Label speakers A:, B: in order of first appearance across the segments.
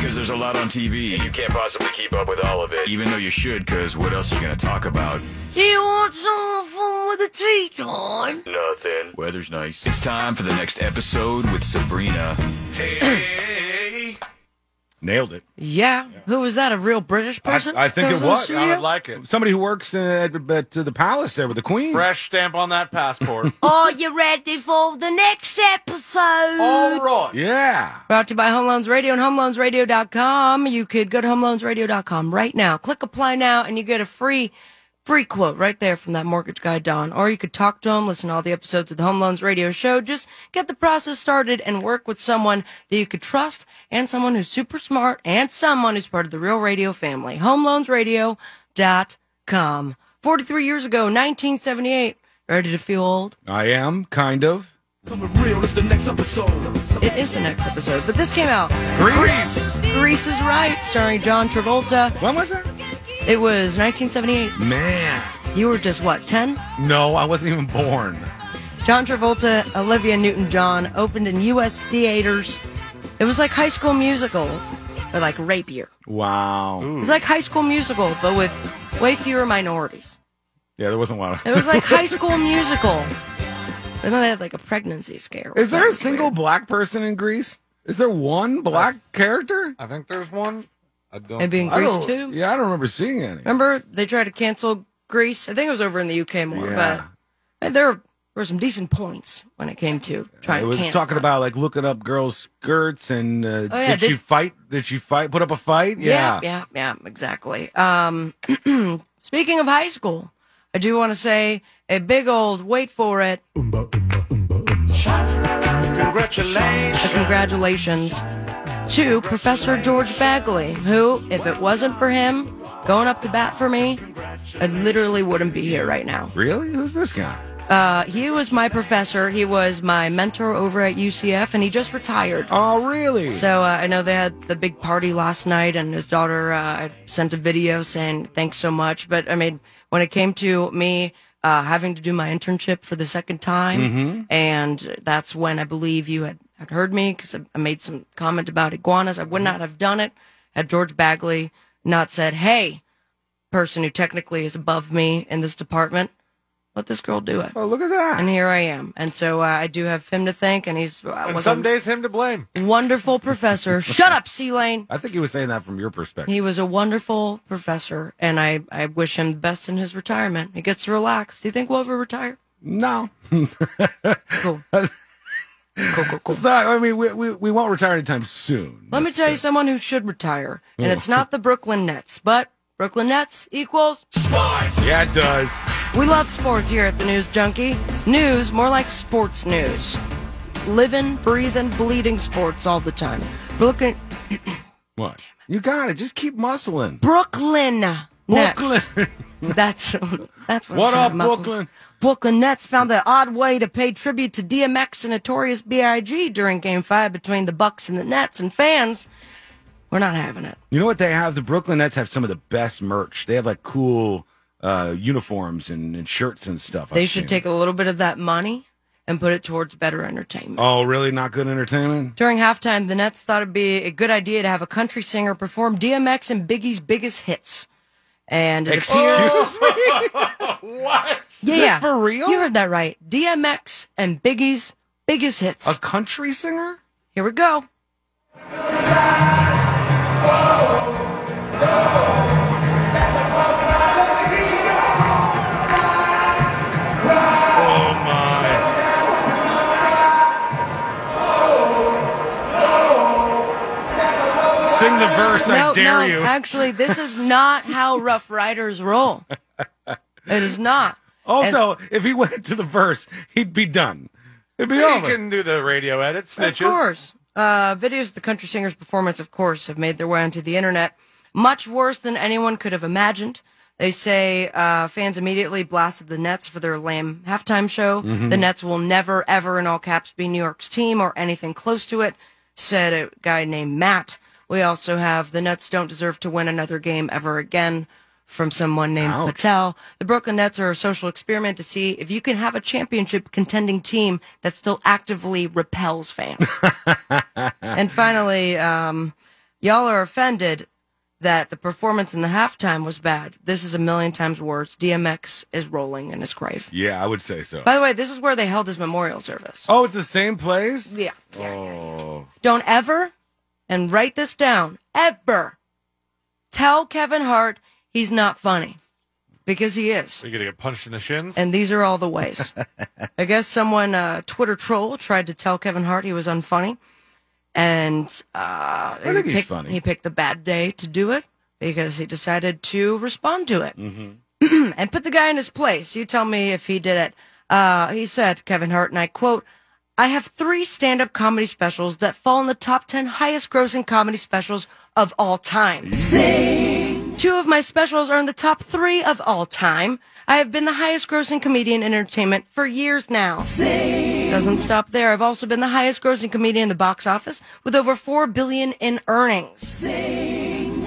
A: there's a lot on TV,
B: You can't possibly keep up with all of it.
A: even though you should, because what else are you going to talk about?
C: He wants all for the tree time.
B: Nothing.
A: Weather's nice. It's time for the next episode with Sabrina.
B: Hey.
D: Nailed it.
C: Yeah. Who was that? A real British
D: I,
C: person?
D: I think
C: that
D: it
C: in the
D: was.
C: studio?
E: would like it.
D: Somebody who works uh, at, at uh, the palace there with the queen.
E: Fresh stamp on that passport.
C: Are you ready for the next episode?
D: Oh,
E: All right.
D: Yeah.
C: Brought to you by Home Loans Radio and HomeLoansRadio.com. You could go to HomeLoansRadio.com right now. Click apply now and you get a free, free quote right there from that mortgage guy, Don. Or you could talk to him, listen to all the episodes of the Home Loans Radio show. Just get the process started and work with someone that you could trust and someone who's super smart and someone who's part of the real radio family. HomeLoansRadio.com. 43 years ago, 1978. Ready to feel old?
D: I am, kind of.
C: It is the next episode, but this came out.
D: Greece.
C: Grease is Right, starring John Travolta.
D: When was that?
C: It was 1978.
D: Man.
C: You were just what, 10?
D: No, I wasn't even born.
C: John Travolta, Olivia Newton John opened in U.S. theaters. It was like High School Musical, but like rapier.
D: Wow.
C: It was like High School Musical, but with way fewer minorities.
D: Yeah, there wasn't a lot
C: It
D: of.
C: was like High School Musical. And then they had like a pregnancy scare.
D: Is
C: That
D: there a
C: was
D: single
C: weird.
D: black person in Greece? Is there one black character?
E: I think there's one. I don't.
C: Maybe Uh, in
D: I
C: Grease
D: don't-
C: too?
D: Yeah, I don't remember seeing any.
C: Remember they tried to cancel Greece? I think it was over in the UK more,
D: Yeah.
C: but and there were some decent points when it came to trying
D: It was
C: to cancel.
D: talking about like looking up girls' skirts and uh,
C: Oh, yeah,
D: did, she
C: did-
D: fight? Did she fight? Put up a fight?
C: Yeah,
D: Yeah.
C: yeah, yeah, exactly. Um, speaking of high school, I do want to say a big old wait for it.
B: Congratulations.
C: A congratulations to Professor George Bagley, who, if it wasn't for him going up to bat for me, I literally wouldn't be here right now.
D: Really? Who's this guy?
C: Uh, he was my professor. He was my mentor over at UCF, and he just retired.
D: Oh, really?
C: So uh, I know they had the big party last night, and his daughter uh, sent a video saying thanks so much. But I mean, when it came to me uh, having to do my internship for the second time,
E: Mm-hmm.
C: and that's when I believe you had, had heard me because I, I made some comment about iguanas. I would not have done it had George Bagley not said, "Hey, person who technically is above me in this department, let this girl do it."
D: oh, look at that.
C: And here I am, and so uh, I do have him to thank, and he's uh,
E: And
C: was
E: some
C: a-
E: days him to blame.
C: wonderful professor. Shut up, C Lane.
D: I think he was saying that from your perspective.
C: He was a wonderful professor, and I, I wish him the best in his retirement. He gets to relax. Do you think we'll ever retire?
D: no.
C: Cool. cool, cool, cool.
D: So, I mean, we, we, we won't retire anytime soon.
C: Let me tell you someone who should retire, and it's not the Brooklyn Nets, but Brooklyn Nets equals.
D: Yeah, it does.
C: We love sports here at the News Junkie. News, more like sports news. Living, breathing, bleeding sports all the time. Brooklyn,
D: What? You got it. Just keep muscling.
C: Brooklyn Nets.
D: Brooklyn.
C: That's that's what. I'm
D: What
C: trying
D: up,
C: to muscle.
D: Brooklyn?
C: Brooklyn Nets found an odd way to pay tribute to DMX and Notorious B.I.G. during Game Five between the Bucks and the Nets, and fans were not having it.
D: You know what they have? The Brooklyn Nets have some of the best merch. They have like cool uh, uniforms and, and shirts and stuff.
C: They
D: I've
C: should
D: seen.
C: take a little bit of that money and put it towards better entertainment.
D: Oh, really? Not good entertainment?
C: During halftime, the Nets thought it'd be a good idea to have a country singer perform DMX and Biggie's biggest hits. And it appears,
D: Excuse me?
C: yeah,
D: this
C: yeah.
D: for real?
C: You heard that right. DMX and Biggie's biggest hits.
D: A country singer?
C: Here we go.
D: Oh, my. Sing the verse, I dare
C: no,
D: you.
C: Actually, this is not how Rough Riders roll. It is not.
D: Also, if he went to the verse, he'd be done. It'd be
E: He
D: over.
E: can do the radio edit. Snitches.
C: Of course. Uh, videos of the country singer's performance, of course, have made their way onto the internet much worse than anyone could have imagined. They say uh, fans immediately blasted the Nets for their lame halftime show. The Nets will never, ever, in all caps, be New York's team or anything close to it, said a guy named Matt. We also have the Nets don't deserve to win another game ever again from someone named
D: Ouch.
C: Patel. The Brooklyn Nets are a social experiment to see if you can have a championship contending team that still actively repels fans. and finally, um, Y'all are offended that the performance in the halftime was bad. This is a million times worse. DMX is rolling in his grave.
D: Yeah, I would say so.
C: By the way, this is where they held his memorial service.
D: Oh, it's the same place?
C: Yeah. yeah.
D: Oh.
C: Don't ever, and write this down, ever tell Kevin Hart he's not funny because he is.
E: Are you gonna get punched in the shins?
C: And these are all the ways. I guess someone, uh, Twitter troll, tried to tell Kevin Hart he was unfunny. And uh, I
D: think
C: he
D: he's
C: picked,
D: funny.
C: He picked the bad day to do it because he decided to respond to it
D: Mm-hmm.
C: and put the guy in his place. You tell me if he did it. Uh, he said, Kevin Hart, and I quote, I have three stand up comedy specials that fall in the top 10 highest grossing comedy specials of all time. Two of my specials are in the top three of all time. I have been the highest grossing comedian in entertainment for years now. Doesn't stop there. I've also been the highest grossing comedian in the box office with over 4 billion in earnings.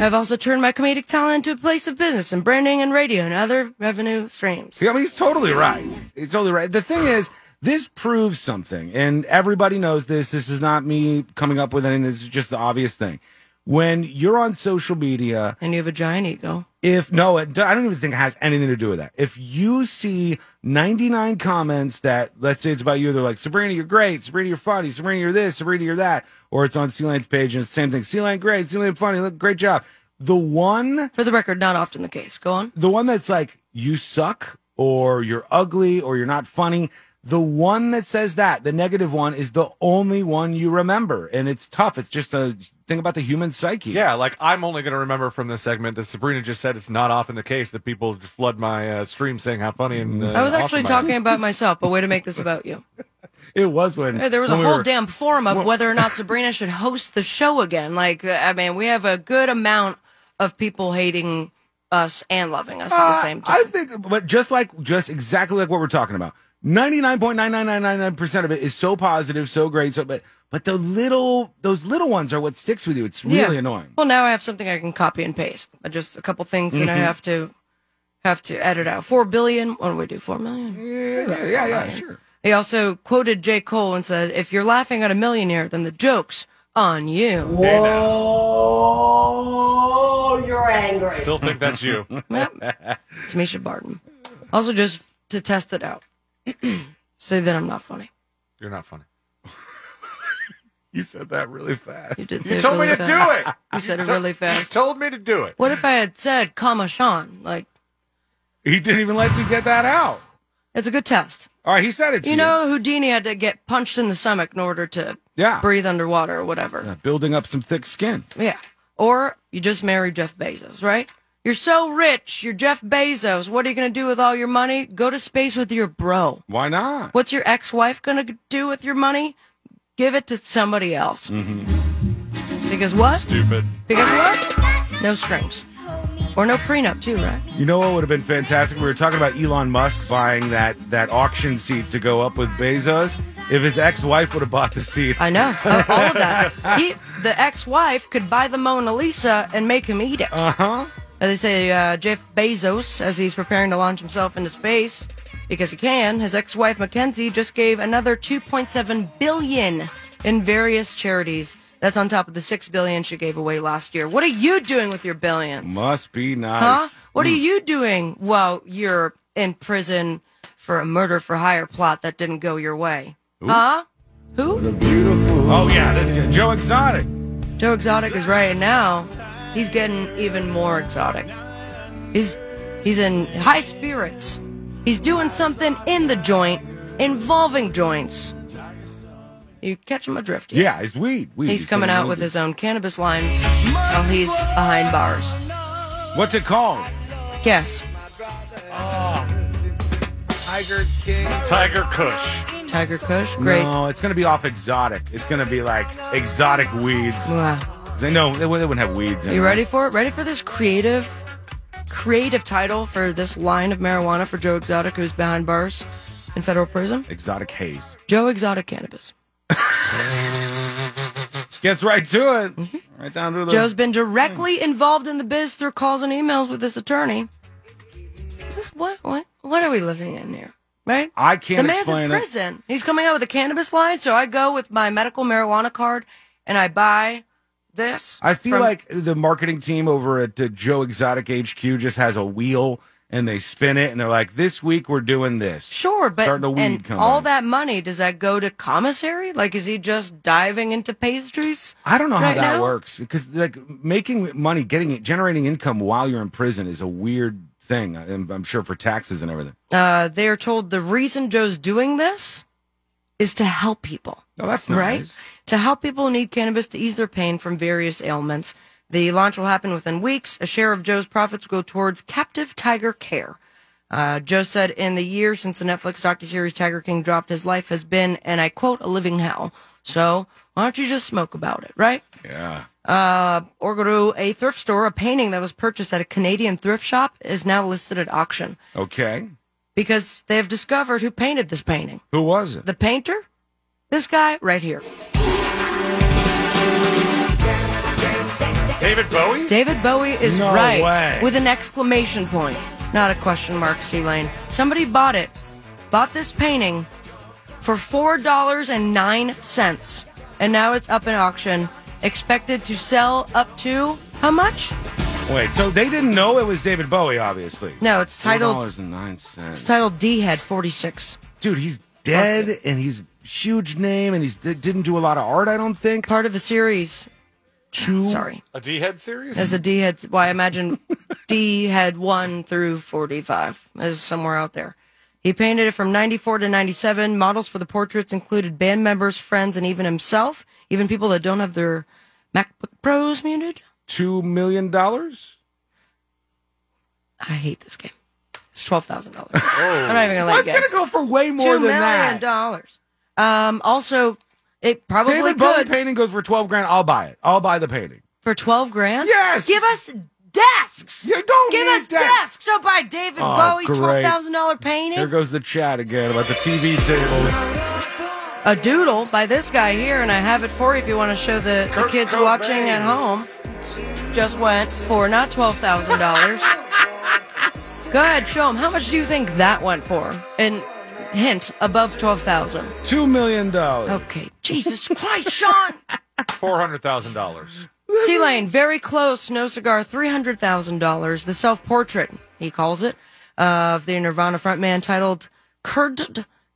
C: I've also turned my comedic talent into a place of business and branding and radio and other revenue streams.
D: Yeah, I mean, he's totally right. He's totally right. The thing is, this proves something, and everybody knows this. This is not me coming up with anything. This is just the obvious thing. When you're on social media,
C: And you have a giant ego.
D: if no, it, I don't even think it has anything to do with that. If you see 99 comments that, let's say it's about you, they're like, Sabrina, you're great. Sabrina, you're funny. Sabrina, you're this. Sabrina, you're that. Or it's on C-Lane's page and it's the same thing. C-Lane, great. C-Lane, funny. Look, great job. The one,
C: For the record, not often the case. Go on.
D: the one that's like, you suck or you're ugly or you're not funny. The one that says that, the negative one is the only one you remember. And it's tough. It's just a thing about the human psyche.
E: Yeah, like I'm only gonna remember from this segment that Sabrina just said it's not often the case that people flood my uh, stream saying how funny and uh,
C: I was actually
E: awesome I am.
C: talking about myself, but way to make this about you.
D: It was when
C: Hey, Uh, there was a
D: when we
C: whole
D: were-
C: damn forum of whether or not Sabrina should host the show again. Like, uh, I mean, we have a good amount of people hating us and loving us at the
D: Uh,
C: same
D: I
C: time.
D: think, but just like, just exactly like what we're talking about. 99.99999% of it is so positive, so great, so, but, but the little, those little ones are what sticks with you. It's really
C: Yeah.
D: annoying.
C: Well, now I have something I can copy and paste. Uh, Just a couple things that
D: Mm-hmm.
C: I have to have to edit out. Four billion. What do we do? Four million.
D: Yeah, yeah, yeah, yeah, sure.
C: He also quoted J. Cole and said, "If you're laughing at a millionaire, then the joke's on you."
E: Hey, now.
C: Oh, you're angry.
E: Still think that's you.
C: Yep. It's Misha Barton. Also, just to test it out, say that I'm not funny.
E: You're not funny.
D: You said that really fast.
C: You did say
E: You
C: it
E: told me
C: really
E: to
C: fast.
E: do it.
C: You said it
E: to-
C: really
E: You
C: fast.
E: told me to do it.
C: What if I had said, comma, Sean? Like,
D: He didn't even let you get that out.
C: it's a good test.
D: All right, he said it to
C: You
D: you.
C: know, Houdini had to get punched in the stomach in order to
D: Yeah.
C: breathe underwater or whatever.
D: Building up some thick skin.
C: Yeah. Or you just marry Jeff Bezos, right? You're so rich. You're Jeff Bezos. What are you going to do with all your money? Go to space with your bro.
D: Why not?
C: What's your ex wife going to do with your money? Give it to somebody else. Because what?
E: Mm-hmm. Stupid.
C: Because what? No strings. Or no prenup, too, right?
D: You know what would have been fantastic? We were talking about Elon Musk buying that, that auction seat to go up with Bezos. If his ex-wife would have bought the seat,
C: I know. Uh, all of that. He, the ex wife could buy the Mona Lisa and make him eat it. Uh huh. They say uh, Jeff Bezos, as he's preparing to launch himself into space, because he can, his ex wife Mackenzie just gave another 2.7 billion in various charities. That's on top of the 6 billion she gave away last year. What are you doing with your billions?
D: must be
C: Huh?
D: nice.
C: What are you doing while you're in prison for a murder for hire plot that didn't go your way? Huh? Who?
D: Oh yeah, this is good. Joe Exotic.
C: Joe Exotic is right and now. He's getting even more exotic. He's he's in high spirits. He's doing something in the joint involving joints. You catch him adrift. here.
D: Yeah, it's weed. weed.
C: He's coming out with his own cannabis line while he's behind bars.
D: What's it called?
C: Guess.
E: Tiger Kush.
C: Tiger Kush. Great.
D: No, it's gonna be off exotic. It's gonna be like exotic weeds.
C: Wow.
D: They no, they, wou- they wouldn't have weeds. In
C: You
D: it.
C: ready for it? Ready for this creative, creative title for this line of marijuana for Joe Exotic, who's behind bars in federal prison?
D: Exotic haze.
C: Joe Exotic Cannabis.
D: Gets right to it. Right down to the.
C: Mm-hmm. Joe's been directly involved in the biz through calls and emails with this attorney. Is this what? What? What are we living in here? Right?
D: I can't
C: The man's
D: explain
C: in
D: it.
C: prison. He's coming out with a cannabis line, so I go with my medical marijuana card and I buy this.
D: I feel
C: from-
D: like the marketing team over at uh, Joe Exotic HQ just has a wheel and they spin it and they're like, this week we're doing this.
C: Sure, but
D: Starting to weed
C: and
D: come
C: all
D: out.
C: that money does that go to commissary? Like, is he just diving into pastries?
D: I don't know how
C: Right
D: that
C: now?
D: works because like making money, getting it, generating income while you're in prison is a weird thing. I'm, I'm sure for taxes and everything.
C: Uh, they are told the reason Joe's doing this is to help people.
D: Oh, that's nice.
C: right? To help people who need cannabis to ease their pain from various ailments. The launch will happen within weeks. A share of Joe's profits go towards captive tiger care. Uh, Joe said in the year since the Netflix docuseries Tiger King dropped, his life has been, and I quote, a living hell. So why don't you just smoke about it, right? Uh,
D: Yeah.
C: Or go to a thrift store. A painting that was purchased at a Canadian thrift shop is now listed at auction
D: Okay.
C: because they have discovered who painted this painting.
D: Who was it?
C: The painter? This guy right here.
E: David Bowie?
C: David Bowie is
D: No
C: right
D: way.
C: with an exclamation point, not a question mark. C Lane. Somebody bought it, bought this painting for four dollars and nine cents, and now it's up in auction, expected to sell up to how much?
D: Wait, so they didn't know it was David Bowie, obviously.
C: No, it's titled
D: dollars and nine cents.
C: it's titled D Head Forty Six.
D: Dude, he's dead and he's huge name and he's d- didn't do a lot of art. I don't think.
C: Part of a series.
D: Two.
C: Sorry,
E: A D head series?
C: as a D Head. Why I imagine D Head one through forty five is somewhere out there. He painted it from 94 to 97. Models for the portraits included band members, friends, and even himself, even people that don't have their MacBook Pros muted.
D: Two million dollars.
C: I hate this game. It's $12,000. I'm not even going to let
D: That's
C: you guys.
D: Oh. gonna go for way more
C: Two
D: than
C: million
D: that.
C: dollars. Um, also, it probably
D: David Bowie
C: could
D: painting goes for twelve grand. I'll buy it. I'll buy the painting.
C: for 12 grand.
D: Yes!
C: Give us desks.
D: You don't
C: Give
D: need
C: us
D: desks.
C: desks. So by David
D: Oh,
C: Bowie,
D: great.
C: $12,000 painting.
D: Here goes the chat again about the TV table.
C: a doodle by this guy here, and I have it for you if you want to show the, the kids watching at home. Just went for not twelve thousand dollars. Go ahead, show them. How much do you think that went for? And hint above twelve thousand.
D: Two million dollars.
C: Okay, Jesus Christ, Sean.
E: $400,000.
C: Sea Lane, very close. No cigar, three hundred thousand dollars. The self-portrait, he calls it, of the Nirvana frontman, titled "Kurt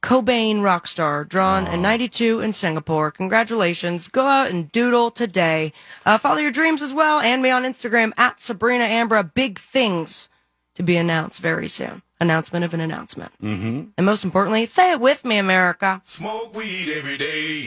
C: Cobain Rockstar," drawn in '92 in Singapore. Congratulations! Go out and doodle today. Uh, follow your dreams as well, and me on Instagram at Sabrina Ambra. Big things to be announced very soon. Announcement of an announcement, mm-hmm. and most importantly, say it with me, America.
B: Smoke weed every day.